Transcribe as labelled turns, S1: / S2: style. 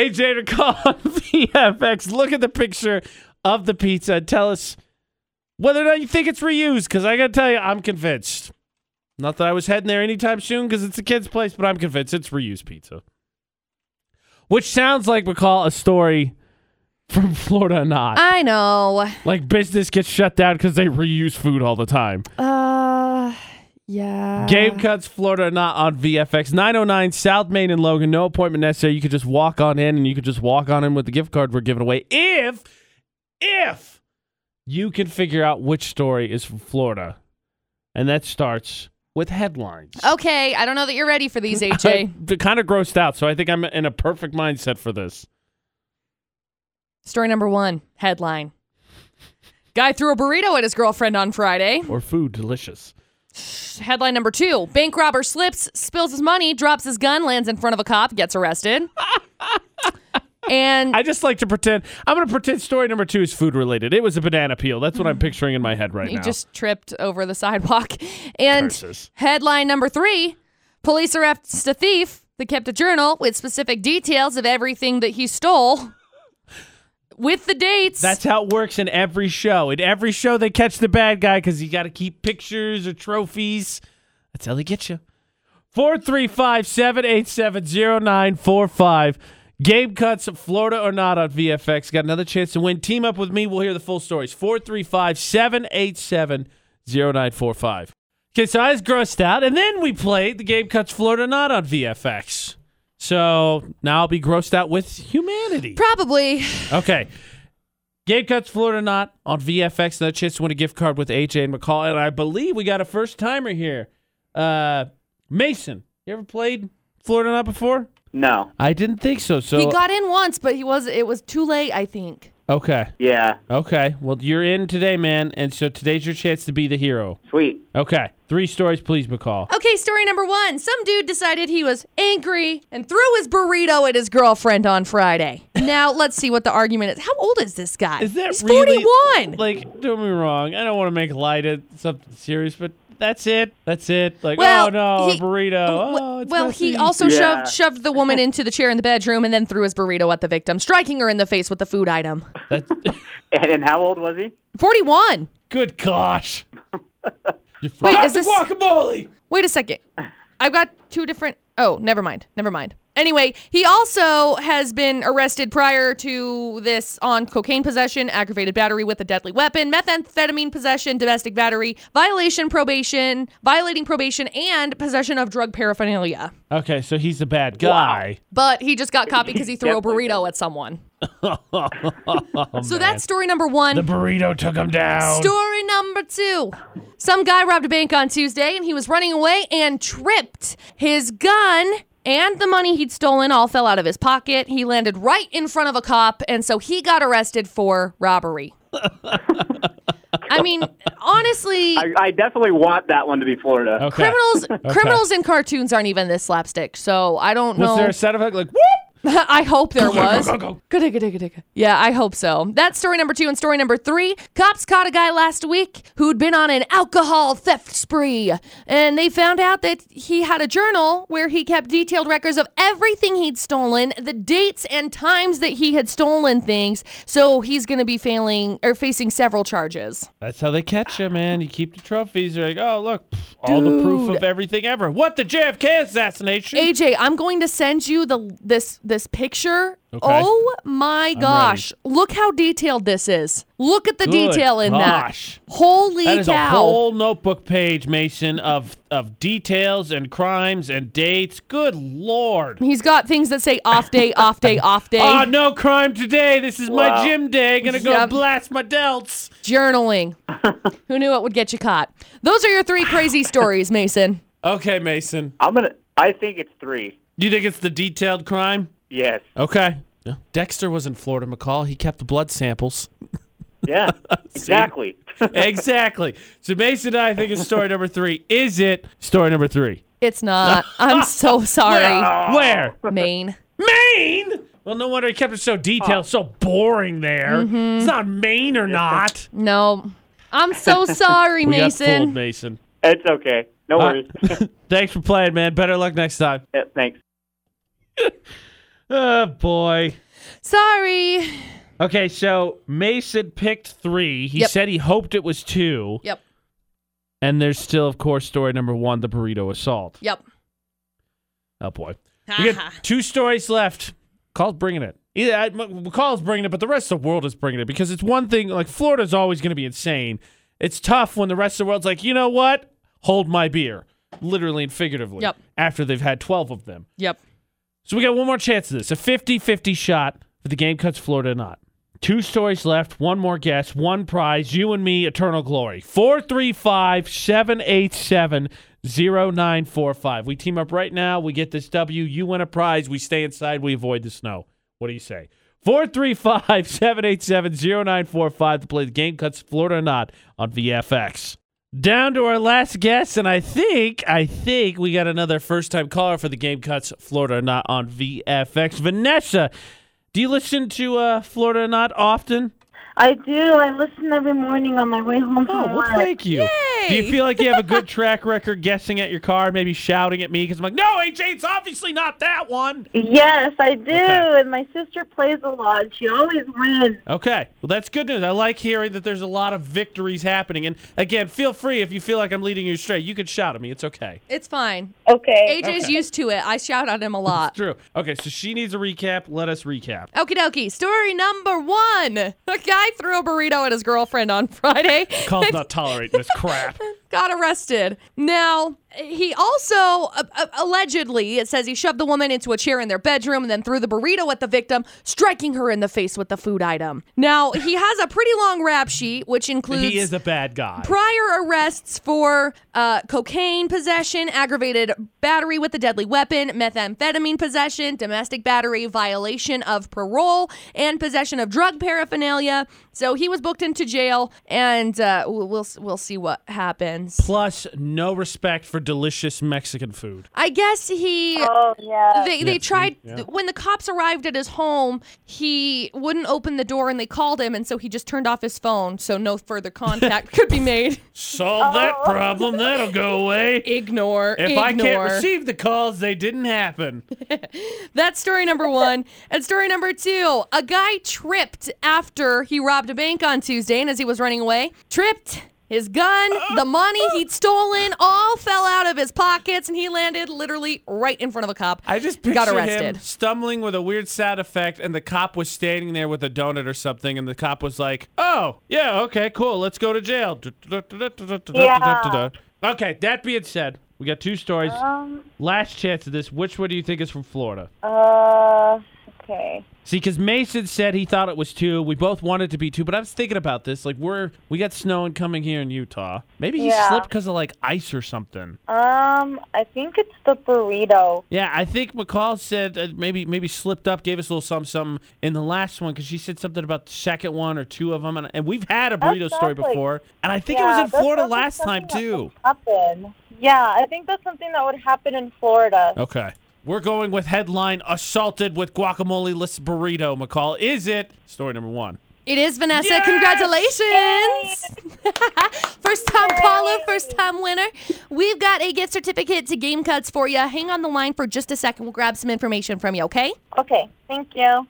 S1: AJ to call on VFX. Look at the picture of the pizza and tell us whether or not you think it's reused. Because I got to tell you, I'm convinced. Not that I was heading there anytime soon because it's a kid's place, but I'm convinced it's reused pizza. Which sounds like, McCall, a story from Florida or not.
S2: I know.
S1: like business gets shut down because they reuse food all the time.
S2: Uh, yeah.
S1: Game cuts Florida or not on VFX 909 South Main and Logan. No appointment necessary. You could just walk on in, and you could just walk on in with the gift card we're giving away. If, if you can figure out which story is from Florida, and that starts with headlines.
S2: Okay, I don't know that you're ready for these, AJ.
S1: I'm kind of grossed out, so I think I'm in a perfect mindset for this.
S2: Story number one headline Guy threw a burrito at his girlfriend on Friday.
S1: Or food, delicious.
S2: Headline number two Bank robber slips, spills his money, drops his gun, lands in front of a cop, gets arrested. and
S1: I just like to pretend. I'm going to pretend story number two is food related. It was a banana peel. That's what I'm picturing in my head right
S2: he
S1: now.
S2: just tripped over the sidewalk. And
S1: Curses.
S2: headline number three Police arrest a thief that kept a journal with specific details of everything that he stole with the dates.
S1: That's how it works in every show. In every show, they catch the bad guy because you got to keep pictures or trophies. That's how they get you. 435 787 0945. Game cuts, Florida or not on VFX. Got another chance to win. Team up with me. We'll hear the full stories. 435 787 0945. Okay, so I was grossed out, and then we played the game cuts Florida or not on VFX. So now I'll be grossed out with humanity.
S2: Probably.
S1: Okay. Game cuts Florida or not on VFX. Another chance to win a gift card with AJ and McCall. And I believe we got a first timer here. Uh, Mason, you ever played Florida or not before?
S3: No.
S1: I didn't think so. So
S2: he got in once, but he was it was too late, I think.
S1: okay,
S3: Yeah.
S1: okay. Well, you're in today, man. And so today's your chance to be the hero.
S3: Sweet.
S1: Okay, three stories, please, McCall.
S2: Okay, story number one. Some dude decided he was angry and threw his burrito at his girlfriend on Friday. Now let's see what the argument is. How old is this guy?
S1: Is that
S2: He's
S1: really-
S2: 41.
S1: Like, don't get me wrong. I don't want to make light of something serious, but that's it. That's it. Like,
S2: Well,
S1: oh no,
S2: he-
S1: a burrito.
S2: w-
S1: Oh, it's
S2: well,
S1: messy.
S2: he also
S3: Yeah.
S2: shoved shoved the woman into the chair in the bedroom and then threw his burrito at the victim, striking her in the face with the food item.
S1: That's-
S3: And, and how old was he?
S2: 41.
S1: Good gosh.
S2: Wait, is this
S1: guacamole?
S2: Wait a second. I've got two different. Oh, never mind. Never mind. Anyway, he also has been arrested prior to this on cocaine possession, aggravated battery with a deadly weapon, methamphetamine possession, domestic battery, violation probation, violating probation, and possession of drug paraphernalia.
S1: Okay, so he's a bad guy.
S2: But he just got caught because he threw a
S3: Definitely
S2: burrito at someone. so that's story number
S1: The
S2: one.
S1: burrito took him down.
S2: Story number two. Some guy robbed a bank on Tuesday and he was running away and tripped. His gun and the money he'd stolen all fell out of his pocket. He landed right in front of a cop and so he got arrested for robbery. I mean, honestly,
S3: I, I definitely want that one to be Florida.
S1: okay.
S2: criminals criminals in cartoons aren't even this slapstick. So I don't
S1: Was
S2: know.
S1: there a sound effect like whoop?
S2: I hope there was.
S1: go, go.
S2: Good, good, good, good. Yeah, I hope so. That's story number two. And story number three cops caught a guy last week who'd been on an alcohol theft spree. And they found out that he had a journal where he kept detailed records of everything he'd stolen, the dates and times that he had stolen things. So he's going to be failing or facing several charges.
S1: That's how they catch you, man. You keep the trophies. You're like, oh look, pff, all the proof of everything ever. What the JFK assassination?
S2: AJ, I'm going to send you the this this picture.
S1: Okay.
S2: Oh my gosh. Look how detailed this is. Look at the
S1: Good
S2: detail in
S1: gosh.
S2: that. Holy
S1: that is
S2: cow.
S1: a whole notebook page, Mason, of of details and crimes and dates. Good lord.
S2: He's got things that say off day, off day, off day.
S1: Ah, no crime today. This is my
S3: Wow.
S1: gym day. Gonna go
S2: Yep.
S1: blast my delts.
S2: Journaling. Who knew it would get you caught? Those are your three crazy stories, Mason.
S1: Okay, Mason.
S3: I'm gonna. I think it's three.
S1: You think it's the detailed crime?
S3: Yes.
S1: Okay. Dexter was in Florida, McCall. He kept the blood samples.
S3: Yeah. exactly.
S1: exactly. So Mason, I think it's story number three. Is it story number three? Ah.
S2: It's not. I'm so sorry,
S1: Where?
S2: Maine.
S1: Maine? Well, no wonder he kept it so detailed, so boring there.
S2: Mm-hmm.
S1: It's not Maine or not.
S2: No. I'm so sorry,
S1: We got fooled,
S2: Mason.
S1: Mason.
S3: it's okay. No worries.
S1: Thanks for playing, man. Better luck next time.
S3: Yeah, Thanks.
S1: Oh boy.
S2: Sorry.
S1: Okay, so Mason picked three. He
S2: Yep.
S1: said he hoped it was two.
S2: Yep.
S1: And there's still, of course, story number one, the burrito assault.
S2: Yep.
S1: Oh boy. We got two stories left. Call's bringing it. Either I, McCall's bringing it, but the rest of the world is bringing it because it's one thing. Like Florida's always going to be insane. It's tough when the rest of the world's like, you know what? Hold my beer, literally and figuratively.
S2: Yep.
S1: After they've had twelve of them,
S2: Yep.
S1: so we got one more chance of this. A 50-50 shot if the game cuts Florida or not. Two stories left. One more guess. One prize. You and me, eternal glory. 435-787-0945. We team up right now. We get this W. You win a prize. We stay inside. We avoid the snow. What do you say? 435-787-0945 to play the game cuts Florida or not on VFX. Down to our last guess, and I think, I think we got another first time caller for the Game Cuts Florida or Not on VFX. Vanessa, do you listen to uh, Florida or Not often?
S4: I do. I listen every morning on my way home from
S1: Oh, well,
S4: work.
S1: thank you. Do you
S2: Yay!
S1: feel like you have a good track record guessing at your car, maybe shouting at me? Because I'm like, no, AJ, it's obviously not that one.
S4: Yes, I do.
S1: Okay.
S4: And my sister plays a lot. She always wins.
S1: Okay. Well, that's good news. I like hearing that there's a lot of victories happening. And again, feel free if you feel like I'm leading you astray, you can shout at me. It's okay.
S2: It's fine.
S4: Okay.
S2: AJ's used to it. I shout at him a lot.
S1: True. Okay, so she needs a recap. Let us recap.
S2: Okie dokie. Story number one. A guy threw a burrito at his girlfriend on Friday.
S1: Call's not tolerating this crap.
S2: got arrested. Now, he also uh, uh, allegedly, it says he shoved the woman into a chair in their bedroom and then threw the burrito at the victim, striking her in the face with the food item. Now, he has a pretty long rap sheet, which includes.
S1: He is a bad guy.
S2: Prior arrests for uh, cocaine possession, aggravated battery with a deadly weapon, methamphetamine possession, domestic battery, violation of parole, and possession of drug paraphernalia. So he was booked into jail, and uh, we'll we'll we'll see what happens.
S1: Plus, no respect for delicious Mexican food.
S2: I guess he.
S4: Oh, yeah.
S2: They, they tried when the cops arrived at his home he wouldn't open the door and they called him and so he just turned off his phone so no further contact could be made Oh.
S1: Solve that problem. That'll go away.
S2: ignore
S1: If
S2: ignore.
S1: I can't receive the calls, they didn't happen.
S2: That's story number one. and story number two a guy tripped after he robbed a bank on Tuesday, and as he was running away, tripped. His gun, the money he'd stolen, all fell out of his pockets, and he landed literally right in front of a cop.
S1: I just
S2: Got
S1: picture him
S2: arrested.
S1: stumbling with a weird sound effect, and the cop was standing there with a donut or something, and the cop was like, "Oh, yeah, okay, cool, let's go to jail."
S4: Yeah.
S1: Okay. That being said, we got two stories.
S2: Uh.
S4: Um,
S1: Last chance of this. Which one do you think is from Florida?
S4: uh, okay.
S1: See, because Mason said he thought it was two. We both wanted to be two, but I was thinking about this. Like, we're we got snow and coming here in Utah. Maybe he
S4: Yeah.
S1: slipped because of like ice or something.
S4: Um, I think it's the burrito.
S1: Yeah, I think McCall said uh, maybe maybe slipped up, gave us a little something, something in the last one because she said something about the second one or two of them, and, and we've had a burrito story
S4: sounds like-
S1: before, and I think
S4: yeah,
S1: it was in
S4: that
S1: Florida
S4: sounds like
S1: last time
S4: something that
S1: too.
S4: would Happen. Yeah, I think that's something that would happen in Florida.
S1: Okay. We're going with headline assaulted with guacamole list burrito, McCall. Is it story number one?
S2: It is Vanessa.
S1: Yes!
S2: Congratulations. first time
S4: Yay!
S2: caller, first time winner. We've got a gift certificate to Game Cuts for you. Hang on the line for just a second. We'll grab some information from you, okay?
S4: Okay, thank you.